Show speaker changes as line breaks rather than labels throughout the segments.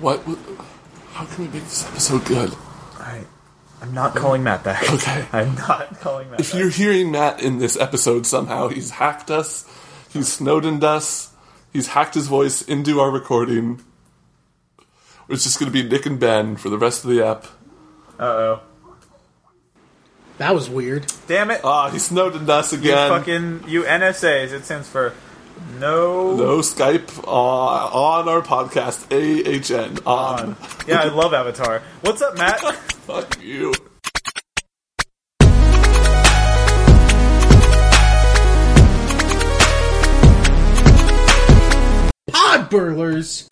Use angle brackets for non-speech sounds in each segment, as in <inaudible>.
What? w- How can we make this episode good?
I, I'm not calling Matt back.
Okay.
<laughs> I'm not calling Matt
If
back.
you're hearing Matt in this episode somehow, he's hacked us, he's Snowdened us, he's hacked his voice into our recording. It's just going to be Nick and Ben for the rest of the app.
That was weird.
Damn it.
Ah, he Snowdened us
you
again.
fucking, you NSAs. It stands for no.
no Skype uh, on our podcast. AHN. On.
Yeah, I love Avatar. What's up, Matt?
<laughs> Fuck you.
Pod burlers.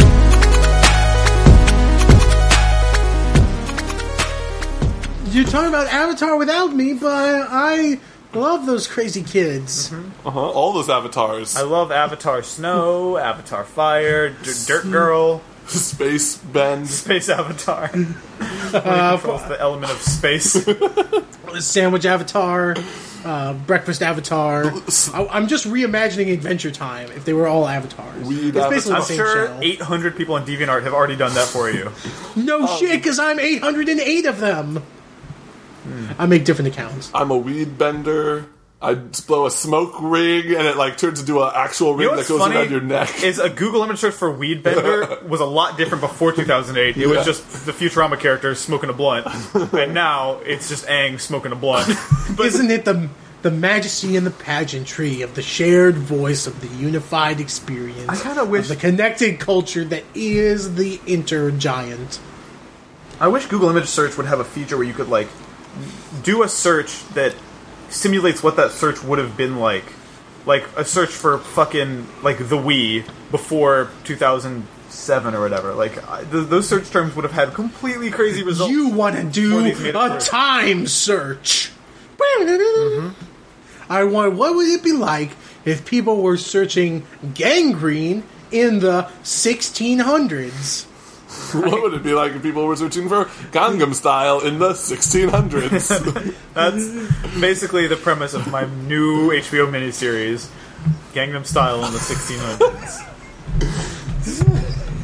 You're talking about Avatar without me, but I love those crazy kids.
Uh-huh. All those avatars.
I love Avatar Snow, Avatar Fire, D- Dirt Girl,
Space Bend.
Space Avatar. When he controls the element of space.
Sandwich Avatar, uh, Breakfast Avatar. I, I'm just reimagining Adventure Time if they were all avatars.
Weed
it's basically
avatar.
I'm
the same
sure
show.
800 people on DeviantArt have already done that for you.
No shit, shit, because I'm 808 of them. I make different accounts.
I'm a weed bender. I blow a smoke ring, and it like turns into an actual ring
You know
that
what's
goes
funny
around your neck.
is a Google image search for weed
<laughs>
bender was a lot different before 2008. It
Yeah.
was just the Futurama character smoking
<laughs>
a blunt, and now it's just Aang smoking a blunt.
Isn't it the the majesty and the pageantry of the shared voice of the unified experience?
I kinda wish-
of the connected culture that is the intergiant.
I wish Google image search would have a feature where you could like do a search that simulates what that search would have been like, like a search for fucking like the Wii before 2007 or whatever. Like I, th- those search terms would have had completely crazy results.
You want to
Before these
do
made it
a
through.
time search?
Mm-hmm.
I want. What would it be like if people were searching gangrene in the 1600s?
<laughs> what would it be like if people were searching for Gangnam Style in the
<laughs>
1600s?
That's basically the premise of my new HBO miniseries, Gangnam Style in the 1600s.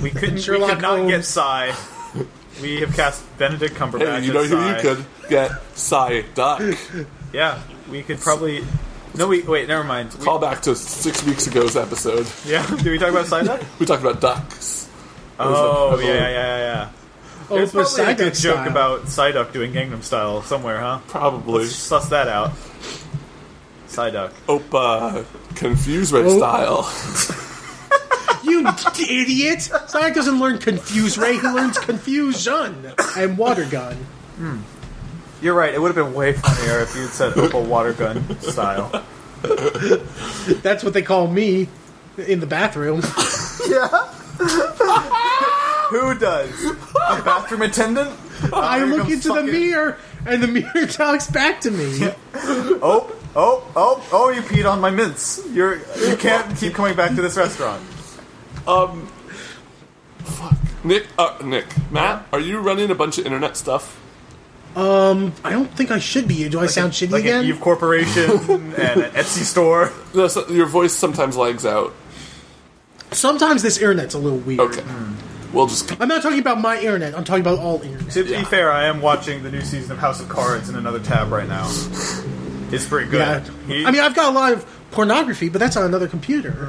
We couldn't.
Sherlock
we could not get
Holmes.
Psy. We have cast Benedict Cumberbatch.
hey, you know
as
who
Psy.
you could get? Psy Duck.
Yeah, we could probably. No, we wait. Never mind. We-
Call back to six weeks ago's episode.
yeah, <laughs> do we talk about
<laughs>
Psy? Duck?
We talked about ducks.
Oh yeah, yeah, yeah, yeah.
Oh,
There's
for
probably a good
Psyduck
joke
style.
about Psyduck doing Gangnam Style somewhere, huh?
Probably.
Suss that out. Psyduck.
Opa. Confuse Red
Oh.
Style.
You <laughs> idiot! Sonic doesn't learn confuse ray, he learns confusion and water gun.
You're right. It would have been way funnier if you'd said Opal Water Gun Style.
That's what they call me in
<laughs>
the bathroom.
Who does? A bathroom attendant?
I
here
look
comes
into
fucking-
the mirror and the <laughs> mirror talks back to me.
Oh, oh, oh, oh! You peed on my mints. You're you can't keep coming back to this restaurant.
Nick, uh, Nick, Matt, are you running a bunch of internet stuff?
I don't think I should be. Do I sound shitty
Like
again?
an Eve Corporation and an Etsy store.
No, so- your voice sometimes lags out.
Sometimes this internet's a little weird.
Okay. We'll just
I'm not talking about my internet, I'm talking about all internet.
To be
Yeah.
fair, I am watching the new season of House of Cards in another tab right now. It's pretty good.
Yeah.
He- Hmm.
I mean, I've got a lot of pornography, but that's on another computer.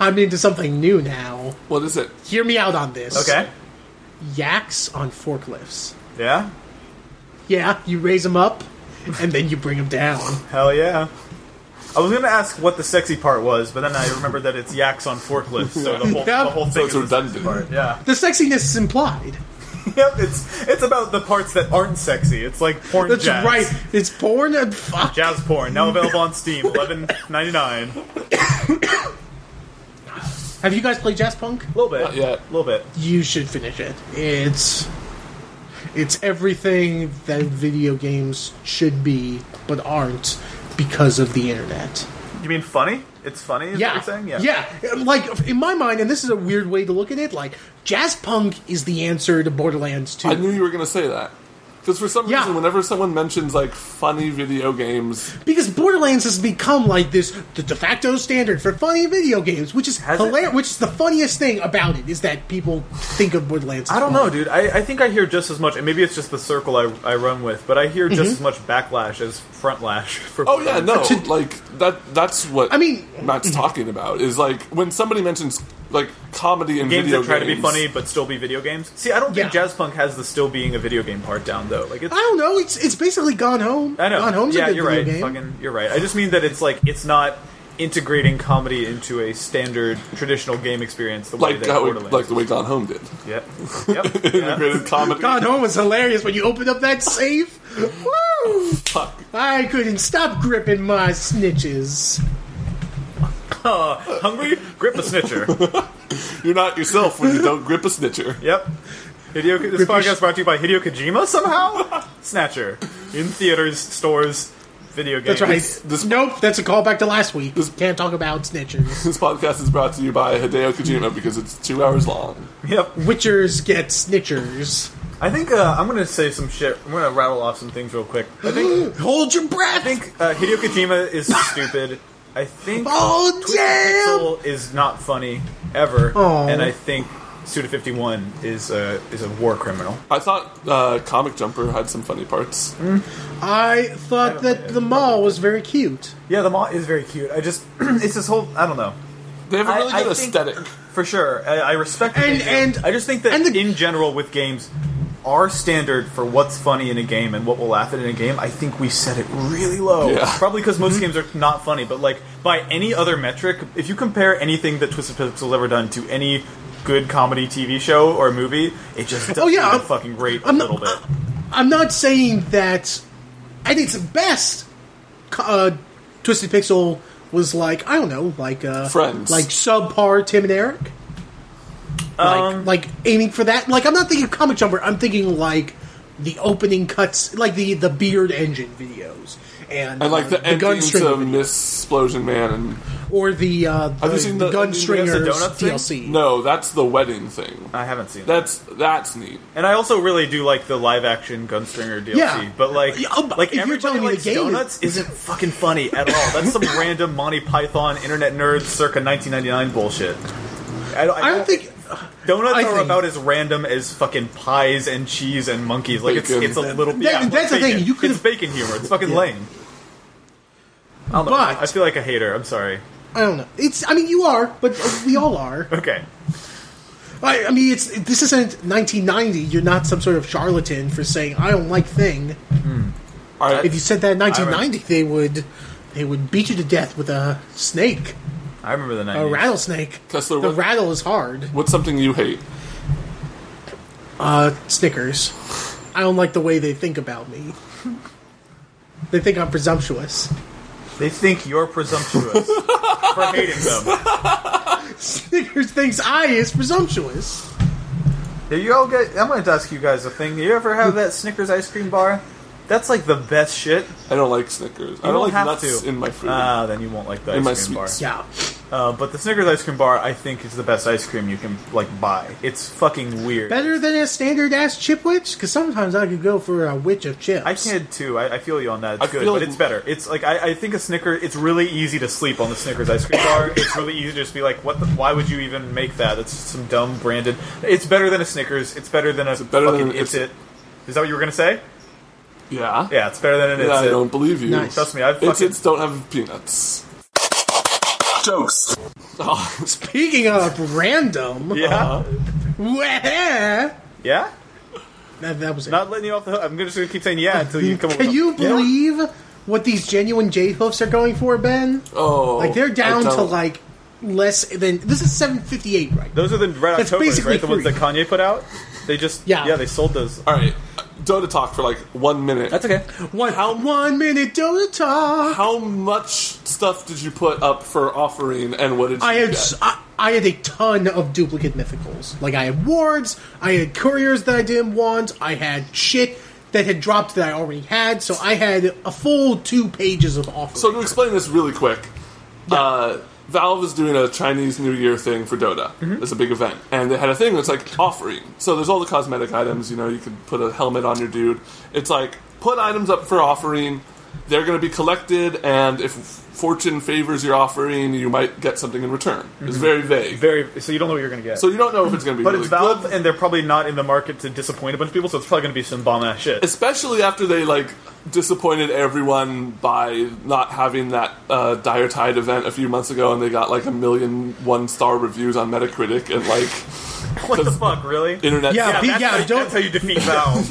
I'm into something new now.
What is it?
Hear me out on this.
okay,
Yaks on forklifts.
yeah,
Yeah, you raise them up, and then you bring them down.
hell yeah. I was gonna ask what the sexy part was, but then I remembered that it's yaks on forklifts, so the
<laughs>
whole, the whole
So
thing
it's
is the sexy
redundant.
part. Yeah,
The sexiness is implied.
yep. It's it's about the parts that aren't sexy. It's like porn.
That's
jazz.
right. It's porn and fuck.
Jazz porn now available on Steam, eleven ninety nine.
Have you guys played Jazz Punk?
A little bit,
Not yet.
A little bit.
You should finish it. It's it's everything that video games should be but aren't because of the internet.
You mean funny? It's funny. Is
Yeah.
What you're saying? Yeah.
Like in my mind, and this is a weird way to look at it. Like Jazz Punk is the answer to Borderlands Two.
I knew you were going to say that. Because for some
Yeah.
reason, whenever someone mentions like funny video games,
Because Borderlands has become like this the de facto standard for funny video games, which is
Has
hilarious.
it?
Which is the funniest thing about it is that people think of Woodlands. as
I don't
fun.
know, dude. I, I think I hear just as much, and maybe it's just the circle I, I run with, but I hear just
Mm-hmm.
as much backlash as front lash. <laughs> For
Oh yeah, no, like that. That's what
I mean- <clears throat>
Matt's talking about is like when somebody mentions like comedy and
games
video
that try to
games,
be funny but still be video games. See, I don't think
Yeah.
jazz punk has the still being a video game part down though. Like it's
I don't know. It's it's basically Gone Home.
I know.
Gone Home's
yeah,
a good
you're right.
video game.
Fucking, you're right. I just mean that it's like it's not integrating comedy into a standard traditional game experience the way
like
that
how,
Borderlands.
like the way Gone Home did.
yeah.
<laughs>
Yep. <laughs> yeah.
Integrated <laughs> comedy.
Gone Home was hilarious when you opened up that safe. Woo!
Fuck.
I couldn't stop gripping my snitches.
Uh, hungry? Grip a snitcher.
You're not yourself when you don't grip a snitcher.
<laughs> yep. Hideo, this
Grip a
podcast
sh-
brought to you by Hideo Kojima somehow? Snatcher. In theaters, stores, video games.
That's right.
this-
nope, that's a callback to last week. Can't talk about snitches.
This podcast is brought to you by Hideo Kojima because it's two hours long.
Yep.
Witchers get snitchers.
I think uh, I'm gonna say some shit. I'm gonna rattle off some things real quick. I think
Hold your
I
breath.
think uh, Hideo Kojima is stupid. I think
Oh,
Twisted
damn!
Pixel is not funny ever,
Aw.
and I think Suda Fifty One is a is a war criminal.
I thought uh, Comic Jumper had some funny parts.
I thought that the mall was very cute.
Yeah, the mall is very cute. I just <clears throat> it's this whole I don't know
They have a
I-
really good
I think-
aesthetic.
for sure. I, I respect what
And-
they do.
and-
I just think that
and the-
in general with games. Our standard for what's funny in a game and what we'll laugh at in a game, I think we set it really low.
Yeah.
Probably because
Mm-hmm.
most games are not funny, but like by any other metric, if you compare anything that Twisted Pixel's ever done to any good comedy TV show or movie, it just doesn't
Oh, yeah,
even
I'm-
fucking rate a
I'm
little
not,
bit.
I'm not saying that. I think it's the best. co- Uh, Twisted Pixel was like I don't know, like uh,
Friends.
like subpar Tim and Eric.
Um,
like, like aiming for that. Like I'm not thinking comic jumper. I'm thinking like the opening cuts, like the the beard engine videos, and,
And like
uh,
the, ending
stringer
to
video-
Miss Splosion Man and
or the uh, the,
you seen the-
the
the-
gun
the
stringers
donuts thing?
DLC.
No, that's the wedding thing.
I haven't seen that.
That's that's neat.
And I also really do like the live action Gunstringer DLC,
Yeah.
but like,
Yeah, um,
like
if you're
everybody
telling me the
likes
game is-
donuts isn't fucking funny at all. That's
<laughs>
some random Monty Python internet nerd circa 1999 bullshit. I don't,
I don't think.
donuts
I
are
think-
about as random as fucking pies and cheese and monkeys. Like it's,
Bacon.
it's a little.
That-
yeah, well,
that's the
bacon.
thing, you could've-
It's bacon humor. It's fucking
Yeah.
lame. I don't know.
But-
I feel like a hater. I'm sorry.
I don't know. It's. I mean, you are, but we all are.
Okay.
I, I mean, it's this isn't 1990. You're not some sort of charlatan for saying I don't like thing.
All right,
If you said that in 1990, they would they would beat you to death with a snake,
I remember the 90s.
a rattlesnake.
Kessler,
the
what-
rattle is hard.
what's something you hate?
Uh, Snickers. I don't like the way they think about me. They think I'm presumptuous. <laughs>
They think you're presumptuous for hating them.
Snickers thinks I is presumptuous.
Do you all get? I'm going to ask you guys a thing. Do you ever have that Snickers ice cream bar? That's like the best shit.
I don't like Snickers. I don't
You don't
like
have
nuts
to.
in my food.
Ah, then you won't like the
In my
ice cream bar.
sweets.
Yeah.
Uh, but the Snickers ice cream bar, I think, is the best ice cream you can like buy. It's fucking weird.
Better than a standard ass chipwich? Because sometimes I could go for a witch of chips.
I kid too. I, I feel you on that. It's
I
good,
feel
but
like-
it's better. It's like I, I think a Snicker. It's really easy to sleep on the Snickers ice cream bar. It's really easy to just be like, "What? The, why would you even make that? That's just some dumb branded." It's better than a Snickers. It's better than a
better
fucking
than-
it's
it's-
it. Is that what you were gonna say?
yeah,
Yeah, it's better than an
Yeah,
it's
I
it.
don't believe you.
Nice.
Trust me, I've
It's
fucking
it's don't have peanuts. <laughs> Jokes. Oh,
Speaking of random,
<laughs>
<laughs>
yeah.
Uh-huh. Wah!
Yeah?
That, that was it.
Not letting you off the hook. I'm just going to keep saying yeah until
<laughs>
you come up
Can
with
you
a- Yeah.
believe what these genuine J hoofs are going for, Ben?
oh,
like they're down
I
to
don't-
like less than this is seven fifty eight right now.
Those are the Red
That's
Octobers,
basically
right? The ones
free.
that Kanye put out? They just.
Yeah.
Yeah, they sold those.
All right, Dota talk for like one minute.
okay.
One one minute Dota talk.
How much stuff did you put up for offering, and what did you
I had
get?
s I I had a ton of duplicate mythicals. Like I had wards, I had couriers that I didn't want, I had shit that had dropped that I already had. So I had a full two pages of offers.
So to explain this really quick, uh, Valve is doing a Chinese New Year thing for Dota.
Mm-hmm.
It's a big event, and they had a thing that's like offering. So there's all the cosmetic items. You know, you could put a helmet on your dude. It's like put items up for offering, they're going to be collected, and if fortune favors your offering, you might get something in return. It's very vague.
Mm-hmm. Very. So you don't know what you're going to get.
so you don't know if it's going to be
but
really
it's Valve,
good,
and they're probably not in the market to disappoint a bunch of people, so it's probably going to be some bomb ass shit.
especially after they like disappointed everyone by not having that uh, Dire Tide event a few months ago, and they got like a million one star reviews on Metacritic and like
what the
'cause
fuck, really?
internet.
Yeah, pe-
that's,
yeah,
how,
don't-
that's how you defeat Valve.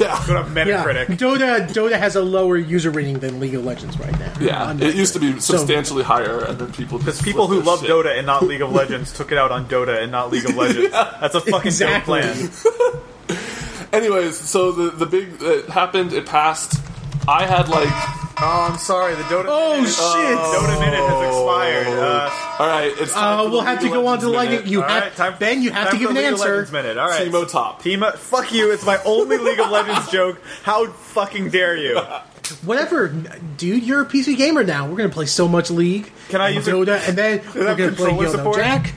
<laughs> Yeah.
Go to
Yeah,
Metacritic.
Dota Dota has a lower user rating than League of Legends right now.
Yeah,
On
it used to be
Metacritic. So-
substantially higher, and then people
Because
just
people who
flipped their
love
shit.
Dota and not
<laughs>
League of Legends took it out on Dota and not League of Legends. That's a fucking
Exactly.
dope plan.
Anyways, so the the big it happened, it passed. I had like,
Oh, I'm sorry. The Dota.
Oh
minute,
shit!
Dota minute has expired. Uh,
Oh. all right, it's time
Uh,
for the
we'll have to
League of
go on to
Legends
like
minute.
it. You
all
have
right, time.
Ben. You have
time
to
for
give an
League of
answer.
Legends minute. All right.
Teemo top.
Teemo, fuck you! It's my only League of
<laughs>
Legends joke. How fucking dare you?
Whatever, dude. You're a PC gamer now. We're gonna play so much League.
Can I
and
use a-
Dota? and
<laughs>
then we're
have
gonna play
controller
Yo No
support?
Jack.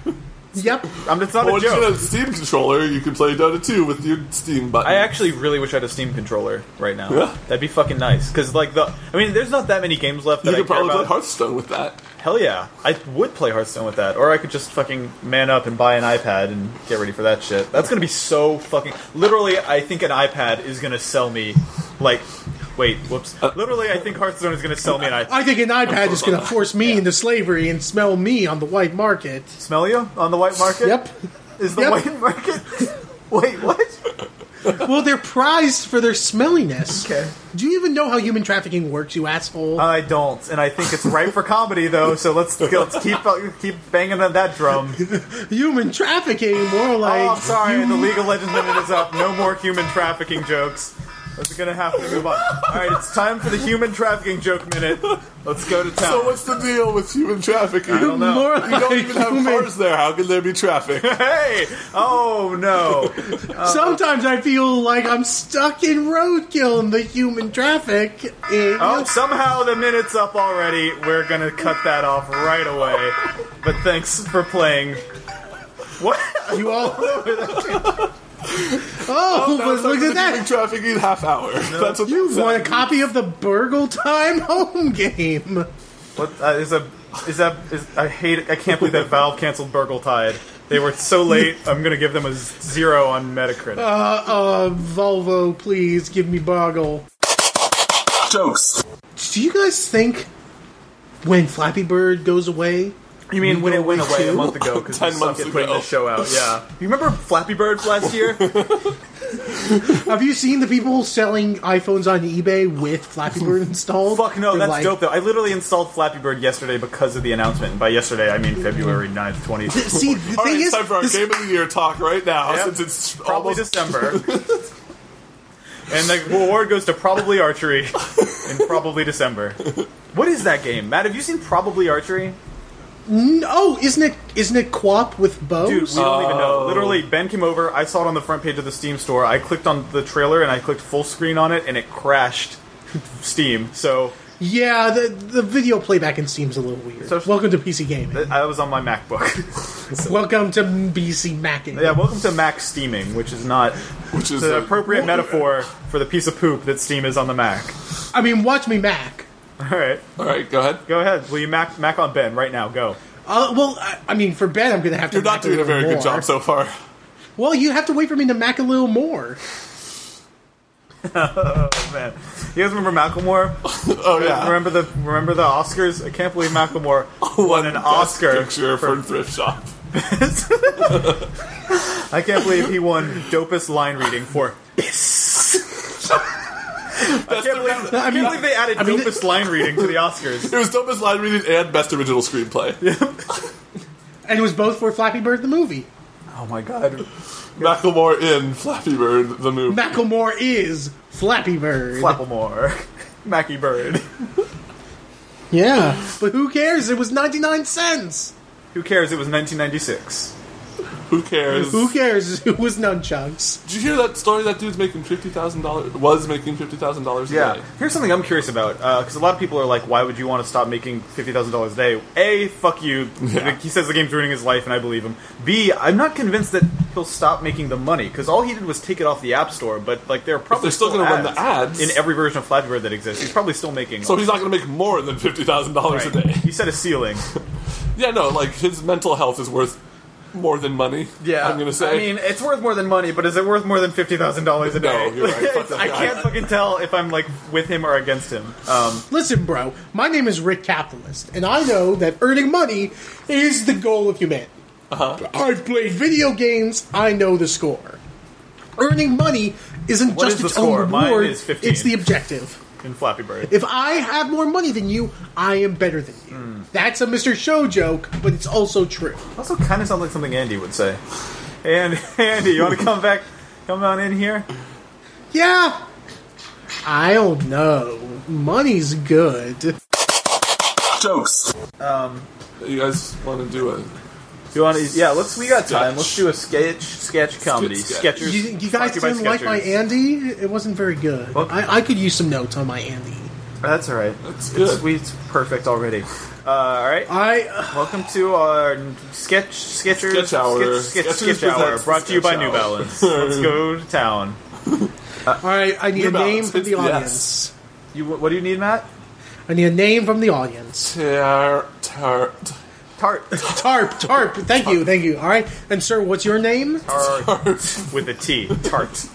yep.
I'm it's not
Well,
a
once you
joke.
get a Steam controller, you can play Dota 2 with your Steam button.
I actually really wish I had a Steam controller right now.
Yeah.
That'd be fucking nice. Because like the, I mean, there's not that many games left that
you
I
could
care
probably play
about.
Hearthstone with that.
Hell yeah, I would play Hearthstone with that, or I could just fucking man up and buy an iPad and get ready for that shit. That's gonna be so fucking. Literally, I think an iPad is gonna sell me, like, wait, whoops.
Uh,
Literally, I think Hearthstone is gonna sell me an iPad.
I think an iPad is gonna force me into slavery and smell me on the white market.
Smell you on the white market?
Yep.
Is the
Yep.
white market? <laughs> wait, what?
Well, they're prized for their smelliness.
Okay. Uh,
Do you even know how human trafficking works, you asshole?
I don't, and I think it's right for comedy though. So let's let's keep uh, keep banging on that drum.
human trafficking, more
Oh, I'm
like.
sorry. The League of Legends minute is up. No more human trafficking jokes. That's gonna have to move on. All right, it's time for the human trafficking joke minute. Let's go to town.
So what's the deal with human trafficking?
I don't know.
More like
You don't even
<laughs>
have
human-
cars there. How can there be traffic?
hey! Oh no!
Sometimes I feel like I'm stuck in roadkill in the human traffic. Eh,
Oh, somehow the minute's up already. We're gonna cut that off right away. But thanks for playing. What?
You <laughs> all. oh, but look at
Human
that!
trafficking half hour. <laughs> That's what
You
that
want a
sounds.
copy of the Burgle Time <laughs> home game?
What uh, is a? Is that? Is I hate. it. I can't believe that Valve canceled Burgle Tide. They were so late. I'm gonna give them a zero on Metacritic.
Uh, Volvo, please give me Boggle.
jokes.
Do you guys think when Flappy Bird goes away?
You mean when it went
away
away a
too?
<laughs>
month ago? Because
Ten
we
months
suck at putting
ago.
the show out. Yeah. You remember Flappy Birds last <laughs> year?
Have you seen the people selling iPhones on eBay with Flappy Bird installed?
Fuck no,
They're
that's
like,
dope though. I literally installed Flappy Bird yesterday because of the announcement. And by yesterday, I mean February 9th, 20.
See, the
All right,
thing
it's
is,
time for our
this-
game of the year talk right now,
Yep.
since it's
probably
almost
December.
<laughs>
and the reward goes to probably archery in probably December. What is that game, Matt? Have you seen Probably Archery?
oh, isn't it? Isn't it co-op with bows?
Dude, we don't even know.
Oh.
Literally, Ben came over. I saw it on the front page of the Steam store. I clicked on the trailer and I clicked full screen on it, and it crashed Steam. So
yeah, the the video playback in Steam's a little weird.
So-
Welcome to PC gaming.
I was on my MacBook. <laughs>
Welcome to BC Macking.
yeah, welcome to Mac steaming, which is not
which is
the
a-
appropriate metaphor for the piece of poop that steam is on the Mac.
I mean, watch me Mac.
All right,
All right, go ahead.
go ahead. Will you Mac Mac on Ben right now? Go.
Uh, well, I, I mean, for Ben, I'm going to have to.
You're not
Mac
doing a
little
very good
more.
job so
<laughs>
far.
Well, you have to wait for me to Mac a little more.
Man, you guys remember Macklemore?
<laughs> Oh yeah,
Remember the remember the Oscars? I can't believe Macklemore won an
Best
Oscar.
picture for thrift shop.
I can't believe he won dopest line reading for. <laughs> I can't believe, I can't believe they added
mean-
dopest line reading to the Oscars.
It was dopest line reading and best original screenplay.
And it was both for Flappy Bird the movie.
Oh my god.
Macklemore in Flappy Bird the movie.
Macklemore is Flappy Bird.
Flapplemore. <laughs> Mackie Bird.
yeah, but who cares? It was 99 cents.
Who cares? It was 1996.
Who cares?
Who cares? <laughs> Who was nunchucks?
Did you hear that story? That dude's making fifty thousand dollars. Was making fifty thousand dollars a
Yeah,
day.
here's something I'm curious about because a lot of people are like, "Why would you want to stop making fifty thousand dollars a day?" A, fuck you. Like, He says the game's ruining his life, and I believe him. B, I'm not convinced that he'll stop making the money because all he did was take it off the App Store. But like, they're probably
they're still
going to
gonna run the ads-
in every version of Flappy Bird that exists. He's probably still making.
So he's not going to make more than fifty thousand dollars a day. <laughs>
He set a ceiling.
Yeah, no, like his mental health is worth more than money. I'm going to say.
I mean, it's worth more than money, but is it worth more than fifty thousand dollars a
No,
day? <laughs>
you're right. Fuck
It's-
that
I
guy.
can't fucking tell if I'm like with him or against him. Um,
Listen, bro, my name is Rick Capitalist, and I know that earning money is the goal of humanity. Uh-huh. I've played video games, I know the score. Earning money isn't
What
just
is the
its
score?
own
Mine
reward,
is 15.
it's the objective.
in Flappy Bird.
If I have more money than you, I am better than you.
Hmm.
That's a Mr. Show joke, but it's also true.
Also, kind of sounds like something Andy would say. Hey, Andy, hey, <laughs> Andy, you want to come back? Come on in here.
Yeah. I don't know. Money's good.
jokes. Um, you guys want to do a?
You want to? Yeah, let's. We got time.
Sketch.
Let's do a sketch, sketch comedy,
sketch.
sketchers.
You, you guys
brought to
didn't
by
like my
Skechers.
Andy? It wasn't very good.
Well-
I, I could use some notes on my Andy.
That's all right.
That's
It's,
good.
we, it's perfect already. Uh, all right.
I uh,
Welcome to our sketch sketchers
Sketch hour.
sketch, sketch,
Skechers
sketch hour
presents
brought to you by
Sketch
New
Hour.
Balance. Let's
<laughs>
go to town.
all right. I need
New
a name
Balance,
from the
it's- yes.
audience.
You what do you need, Matt?
I need a name from the audience.
Tar, tar, <laughs>
Tart.
Tarp, tarp. Thank you, thank you. All right. And sir, what's your name?
Tart with a T. Tart.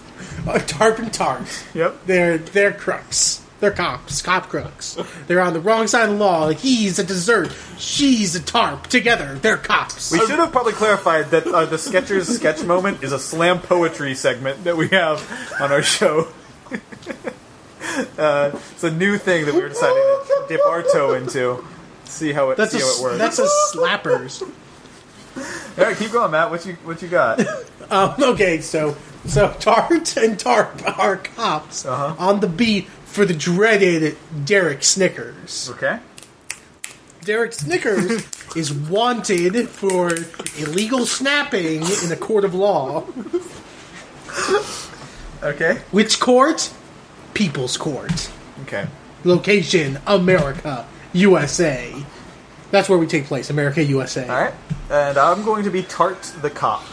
Uh, tarp and tarp.
Yep.
They're they're crooks. They're cops, cop crooks. They're on the wrong side of the law. He's a dessert. She's a tarp. Together, they're cops.
We should have probably clarified that uh, the Skechers sketch moment is a slam poetry segment that we have on our show. <laughs> uh, it's a new thing that we were deciding to dip our toe into. See how it
that's
see
a
how it works.
that's a slappers.
All right, keep going, Matt. What you what you got?
Um, okay, so so Tart and Tarp are cops
Uh-huh.
on the beat for the dreaded Derek Snickers.
Okay. <laughs>
Derek Snickers is wanted for illegal snapping in a court of law.
Okay.
Which court? People's Court.
Okay.
Location: America, USA. That's where we take place. America, USA.
All right. And I'm going to be Tart the cop.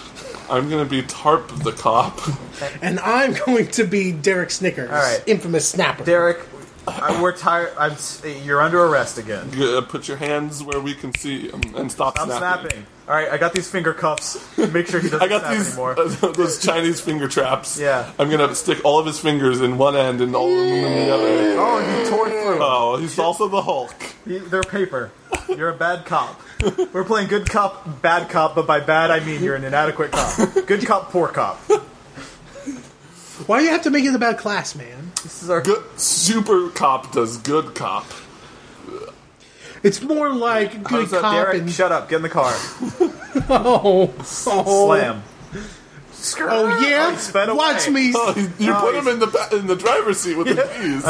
I'm going to be Tarp the cop. <laughs>
And I'm going to be Derek Snickers,
right.
infamous snapper.
Derek, I, we're tired. I'm. s- You're under arrest again.
Uh, Put your hands where we can see 'em and stop,
I'm
snapping.
snapping. All right, I got these finger cuffs.
<laughs>
Make sure he doesn't
I got
snap
these
anymore.
uh, <laughs> those Chinese finger traps.
Yeah.
I'm gonna stick all of his fingers in one end and all of them in the other.
oh, he tore through.
Oh, he's also the Hulk.
He- They're paper. You're a bad cop. We're playing good cop, bad cop, but by bad I mean you're an inadequate cop. Good cop, poor cop.
<laughs> Why do you have to make it about class, man?
This is our.
Good super cop does good cop.
It's more like good
How's that,
cop
Derek?
and
Shut up. Get in the car.
<laughs> Oh, oh.
Slam.
Oh yeah,
he sped away. <laughs>
watch me.
Oh, you you
No,
put
he's-
him in the ba- in the driver's seat with the keys.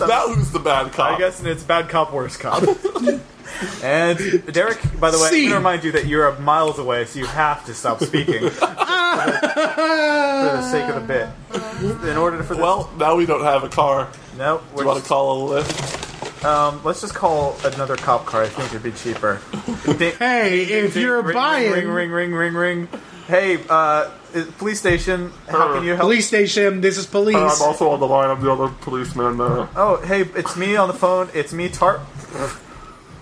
<laughs> I-
Now who's the bad cop?
I guess it's bad cop, worse
<laughs>
cop. and Derek, by the way, I'm
Scene.
gonna remind you that you're miles away, so you have to stop
<laughs>
speaking for the sake of the bit. In order for this,
Well, now we don't have a car.
no,
Do
we're
you want
just-
to call a lift?
um, let's just call another cop car. I think it'd be cheaper. Ding-
<laughs> Hey, if
ding,
you're
ring,
buying
ring, ring, ring, ring, ring. Hey, uh, is- police station, how can you help?
police station, this is police.
also on the line. I'm the other policeman there.
Oh, hey, it's me on the phone. It's me, Tarp.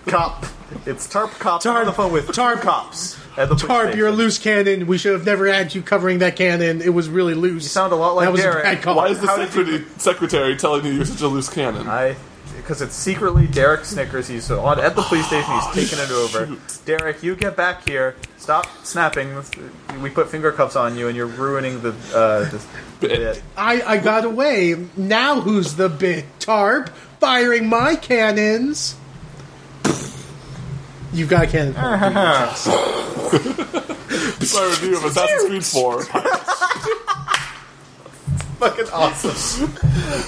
Cop. It's Tarp Cop. I'm on
Tarp-
the phone with
Tarp-
Cops. At the police
Tarp, you're a
station.
loose cannon. We should have never had you covering that cannon. It was really loose. You
sound a lot like
that was
Derek.
A bad call.
Why is the
Oh, How did
secretary, secretary telling you you're such a loose cannon?
I because it's secretly Derek Snickers. He's on at the police station. He's taking it over. Derek, you get back here. Stop snapping. We put finger cuffs on you, and you're ruining the uh, this
<laughs>
bit.
I, I got away. Now who's the big tarp firing my cannons? You've got a cannon.
Ah.
It's
<laughs>
my review of Assassin's Creed 4.
Fucking awesome.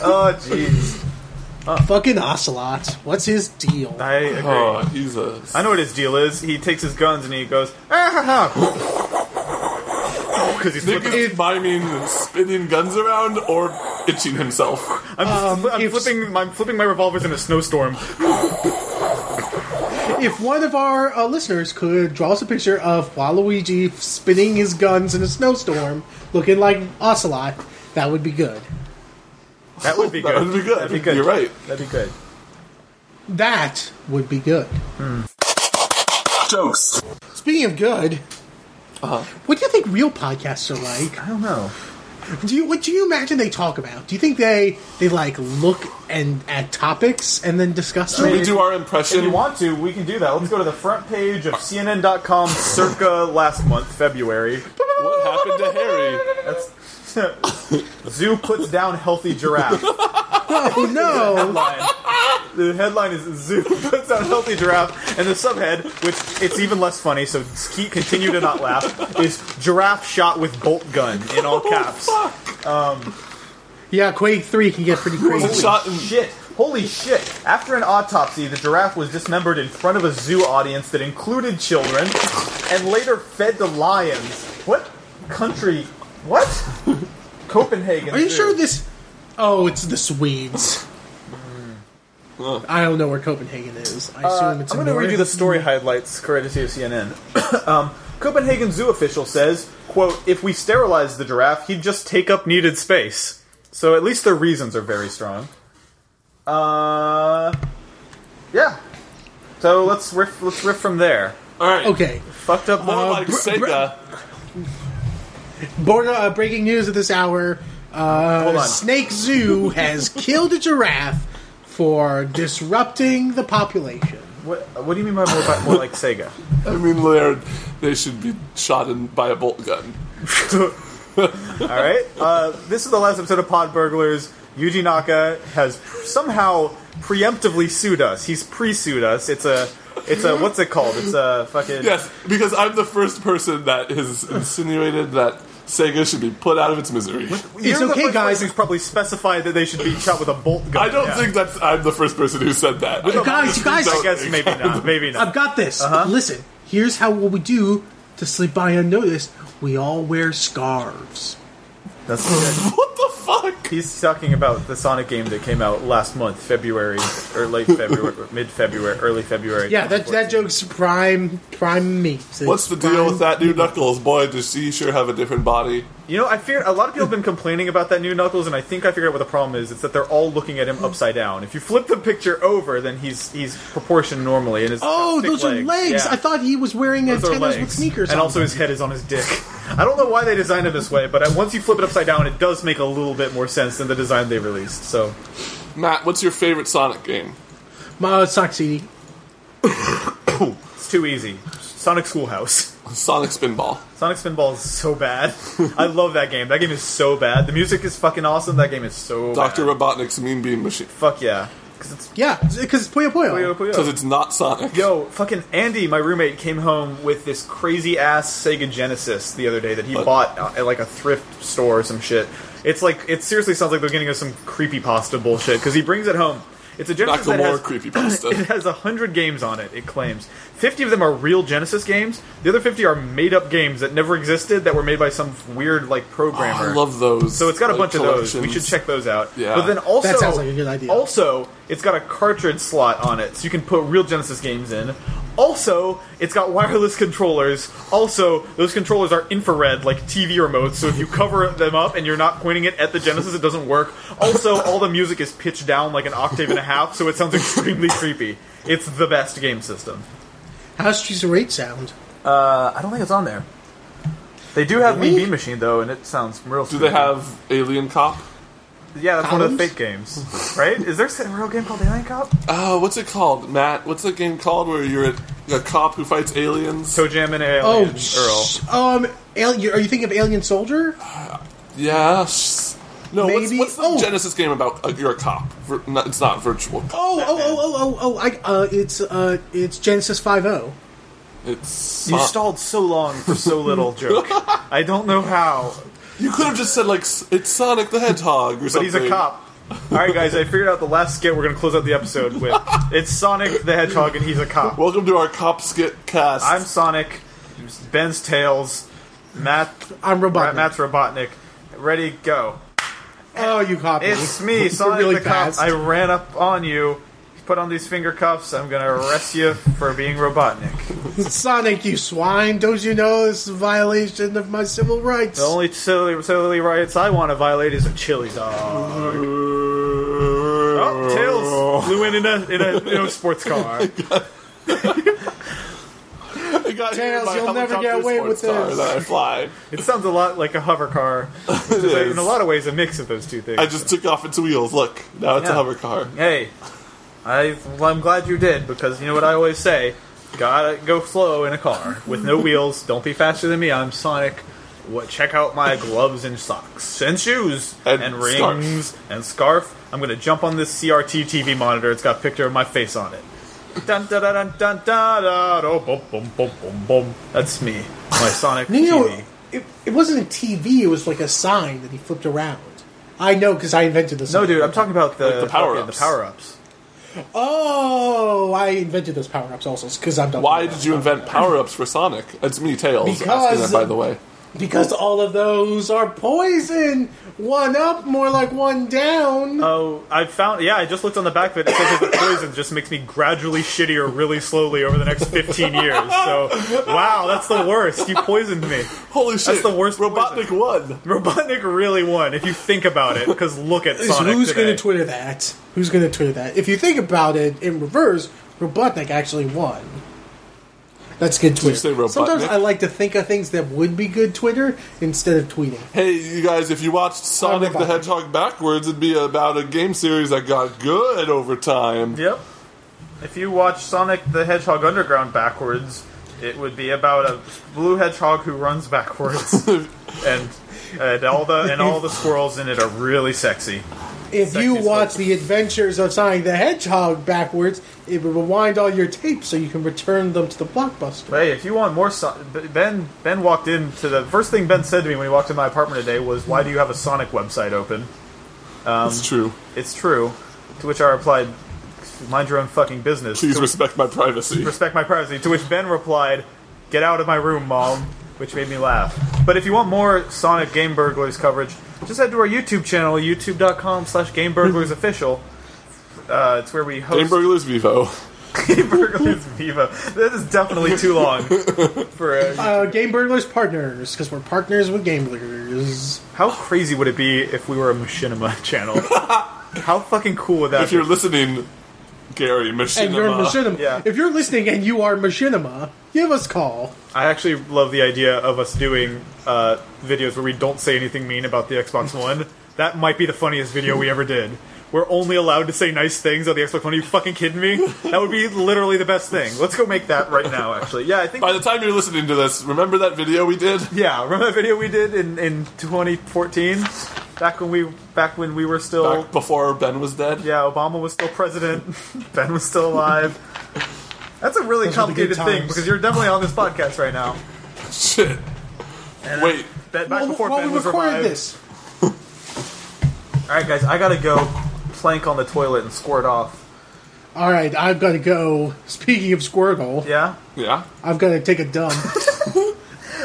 oh jeez.
Fucking ocelot. What's his deal?
I
<laughs>
agree.
Oh, he's a.
I know what his deal is. He takes his guns and he goes. "Ah, ha, <laughs> ha." because he's
Nick
flipping.
is miming and spinning guns around or itching himself.
I'm, just, I'm
if-
flipping. I'm flipping my revolvers in a snowstorm.
If one of our uh, listeners could draw us a picture of Waluigi spinning his guns in a snowstorm, looking like Ocelot, that would be good.
That would
<laughs>
be
That
good.
would be good.
That'd be good.
You're right.
That'd be good.
That would be good.
Jokes.
Speaking of good, what do you think real podcasts are like?
I don't know.
Do you what do you imagine they talk about? Do you think they they like look and at topics and then discuss
Should
them?
we do our
If you
impression?
want to, we can do that. Let's go to the front page of CNN.com circa last month, February.
What happened to Harry?
That's <laughs> Zoo puts down healthy giraffe.
Oh no!
Headline. The headline is Zoo <laughs> puts down healthy giraffe, and the subhead, which it's even less funny, so keep continue to not laugh, is giraffe shot with bolt gun in
<laughs>
all
Oh,
caps.
yeah, Quake Three can get pretty crazy.
shot in-
shit! Holy shit! After an autopsy, the giraffe was dismembered in front of a zoo audience that included children, and later fed to lions. What country? What?
<laughs>
Copenhagen.
Are you
Zoo.
sure this? Oh, it's the Swedes. I don't know where Copenhagen is. I assume it's.
I'm
in
going to
Norway.
redo the story highlights courtesy of CNN. <coughs> um, Copenhagen zoo official says, "quote If we sterilize the giraffe, he'd just take up needed space." So at least their reasons are very strong. Uh, yeah. So let's riff. Let's riff from there.
All right.
Okay,
Fucked up.
More
law-
like Sega.
Board, uh, breaking news at this hour:
Hold
uh,
on.
Snake Zoo has killed a giraffe for disrupting the population.
What, what do you mean by more, by more like Sega?
I mean, they're, they should be shot in by a bolt gun.
All right. Uh, this is the last episode of Pod Burglars. Yuji Naka has somehow preemptively sued us. He's pre-sued us. It's a, it's a, what's it called? It's a fucking.
Yes, because I'm the first person that has insinuated that Sega should be put out of its misery.
You're
It's
the
okay,
first
guys.
person Who's probably specified that they should be shot with a bolt gun.
I don't
Yeah.
think that's I'm the first person who said that.
You guys, you guys,
I guess maybe not. Maybe
I've
not.
got this. Listen, here's how what we do to sleep by unnoticed. We all wear scarves.
That's good.
<laughs> What the fuck?
He's talking about the Sonic game that came out last month, February or late February, mid February, early February.
Yeah, that that joke's prime prime me. It's
What's the deal
prime-
with that new Knuckles? Boy, does he sure have a different body.
You know, I fear a lot of people have been complaining about that new Knuckles, and I think I figured out what the problem is. It's that they're all looking at him upside down. If you flip the picture over, then he's he's proportioned normally, and his
Oh,
thick
those are legs.
Yeah.
I thought he was wearing
Those are
antennas with
legs.
sneakers.
and
on
also his head is on his dick. I don't know why they designed it this way, but I- once you flip it upside down, it does make a little bit more sense than the design they released. So
Matt, what's your favorite Sonic game?
my sock CD.
it's too easy. Sonic Schoolhouse.
Sonic Spinball.
Sonic Spinball is so bad. I love that game. That game is so bad. The music is fucking awesome. That game is so
Dr.
bad.
Robotnik's Mean Bean Machine.
Fuck yeah. Because it's
Yeah, because it's Puyo Puyo.
Puyo Puyo.
Because it's not Sonic.
Yo, fucking Andy, my roommate, came home with this crazy ass Sega Genesis the other day that he bought uh, at like a thrift store or some shit. It's like it seriously sounds like the beginning of some creepy pasta bullshit because he brings it home. It's a Genesis that
Nakamura
has <coughs>
creepypasta.
It has hundred games on it. It claims fifty of them are real Genesis games. The other fifty are made up games that never existed that were made by some weird like
Oh, I
programmer.
love those.
So it's got a
like,
bunch of those. We
collections.
should check those out.
Yeah.
But then also,
That sounds like a good idea.
Also, it's got a cartridge slot on it, so you can put real Genesis games in. Also, it's got wireless controllers. Also, those controllers are infrared, like TV remotes. So if you cover them up and you're not pointing it at the Genesis, it doesn't work. Also, all the music is pitched down like an octave and a half, so it sounds extremely creepy. It's the best game system.
How's Streets of Rage sound?
Uh, I don't think it's on there. They do have
Really?
Mean Bean Machine though, and it sounds real.
Do they have Alien Cop?
Yeah, that's one of the
Columns?
fake games, right? Is there a real game called Alien Cop?
Uh,
Oh, what's it called, Matt? What's that game called where you're a, a cop who fights aliens?
So Jam and Alien
Oh,
Earl.
sh- um, alien, are you thinking of Alien Soldier?
Yes. No, what's,
Maybe-
what's the
oh.
Genesis game about? Uh, you're a cop. Vir- no, it's not virtual. Cop.
Oh, oh, oh, oh, oh, oh! I, uh, it's uh, it's Genesis Five oh. O.
It's
you
Son-
stalled so long for so
<laughs>
little joke. I don't know how,
You could have just said like s- it's Sonic the Hedgehog or
but
something.
he's a cop. All right, guys, I figured out the last skit we're going to close out the episode with.
<laughs>
It's Sonic the Hedgehog and he's a cop.
Welcome to our cop skit cast.
I'm Sonic. Ben's tails. Matt,
I'm Robotnik.
Matt's Robotnik. Ready, go.
Oh, you copy.
It's me,
So
Sonic
really
the Cop.
fast.
I ran up on you. Put on these finger cuffs. I'm gonna arrest you for being Robotnik.
Sonic, you swine! Don't you know this is a violation of my civil rights?
The only silly, silly rights I want to violate is a chili dog. Oh, Tails flew in in a, in a, in a
<laughs>
sports
<laughs>
car.
I got hit
Tails,
by a
Oh. you'll never
helicopter
get away with
sports car
this.
That I fly.
It sounds a lot like a hover car. Which is
It
in a
is.
lot of ways a mix of those two things.
I just took off its wheels. Look, now it's
Yeah.
a hover car.
hey, I, well, I'm glad you did because you know what I always say: gotta go slow in a car with no wheels. Don't be faster than me. I'm Sonic. What? Check out my gloves and socks and shoes
And scarf.
rings and scarf. I'm gonna jump on this CRT TV monitor. It's got a picture of my face on it. Dun dun dun dun dun dun. dun oh, bum, bum, bum, bum, bum. That's me, my Sonic
No, no,
TV.
it, it wasn't a TV. It was like a sign that he flipped around. I know because I invented this.
No, dude, I'm talking about the
Like the power-ups.
fucking- The power ups.
Oh, I invented those power ups also because I'm done.
Why
with that.
did you invent power ups for Sonic? It's me, Tails. asking
Because-
that, by the way.
Because all of those are poison. One up, more like one down.
Oh, I found. Yeah, I just looked on the back of it. It says that the poison just makes me gradually shittier really slowly over the next 15 years. So, wow, that's the worst. You poisoned me.
Holy shit!
the worst
Robotnik won.
Robotnik really won, if you think about it, because look at
So
Sonic.
who's
today.
going to Twitter that? Who's going to Twitter that? If you think about it in reverse, Robotnik actually won. That's good Twitter.
say Robotnik?
Sometimes I like to think of things that would be good Twitter instead of tweeting.
Hey, you guys! If you watched Sonic the
Robotnik.
Hedgehog backwards, it'd be about a game series that got good over time.
Yep. If you watch Sonic the Hedgehog Underground backwards, it would be about a blue hedgehog who runs backwards, and and all the and all the squirrels in it are really sexy.
If you
Sexy
watch
folks.
the adventures of Sonic the Hedgehog backwards, it will rewind all your tapes so you can return them to the blockbuster.
Hey, if you want more, Son- Ben. Ben walked into the first thing Ben said to me when he walked in my apartment today was, "Why do you have a Sonic website open?"
It's true.
It's true. To which I replied, "Mind your own fucking business.
Please
To-
respect my privacy.
respect my privacy." To which Ben replied, "Get out of my room, mom," which made me laugh. But if you want more Sonic Game Burglars coverage, just head to our YouTube channel, youtube.com/slash Game Burglars Official. Uh, it's where we host
Game Burglars Vivo.
<laughs> Game Burglars Viva. That is definitely too long for a
Uh, Game Burglars partners, because we're partners with Game Burglars.
How crazy would it be if we were a machinima <laughs> channel? How fucking cool would that
If you're
be?
listening, Gary Machinima.
And you're machinima.
Yeah.
If you're listening and you are machinima, give us a call.
I actually love the idea of us doing uh, videos where we don't say anything mean about
<laughs>
the Xbox One. That might be the funniest video we ever did. We're only allowed to say nice things on the Xbox One. Are you fucking kidding me? That would be literally the best thing. Let's go make that right now, actually. Yeah, I think.
By the time you're listening to this, remember that video we did?
<laughs> Yeah, remember that video we did in, in 2014? Back when we back when we were still
Back before Ben was dead?
Yeah, Obama was still president. <laughs> Ben was still alive. That's a really
Those were the good
complicated thing
times.
because you're definitely on this podcast right now.
Shit. Wait.
Ben, back
Well,
before
while
Ben
we
was
recorded
revived.
this,
All right, guys, I gotta go plank on the toilet and squirt off.
All right, I've got to go. Speaking of Squirtle,
Yeah.
Yeah?
I've got to take a
<laughs>
dump.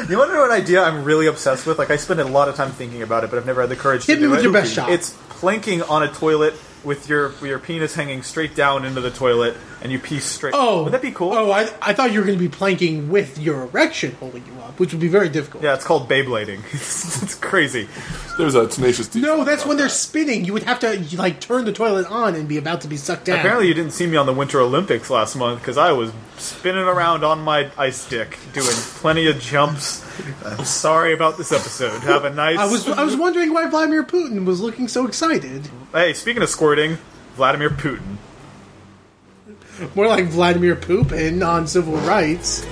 You want to know an idea I'm really obsessed with? Like I spend a lot of time thinking about it, but I've never had the courage
Hit
to
me
do
with
it.
your best shot.
It's planking on a toilet with your with your penis hanging straight down into the toilet, and you pee straight.
Oh,
would that be cool?
Oh, I, I thought you were going to be planking with your erection holding you up, which would be very difficult.
Yeah, it's called Beyblading. <laughs> it's, it's crazy.
There's a tenacious D.
No, that's when they're spinning. You would have to like turn the toilet on and be about to be sucked down.
Apparently, you didn't see me on the Winter Olympics last month because I was spinning around on my ice stick, doing plenty of jumps. I'm sorry about this episode. Have a nice.
I was I was wondering why Vladimir Putin was looking
<laughs>
so excited.
Hey, speaking of squirting, Vladimir Putin.
More like Vladimir Poopin on civil rights.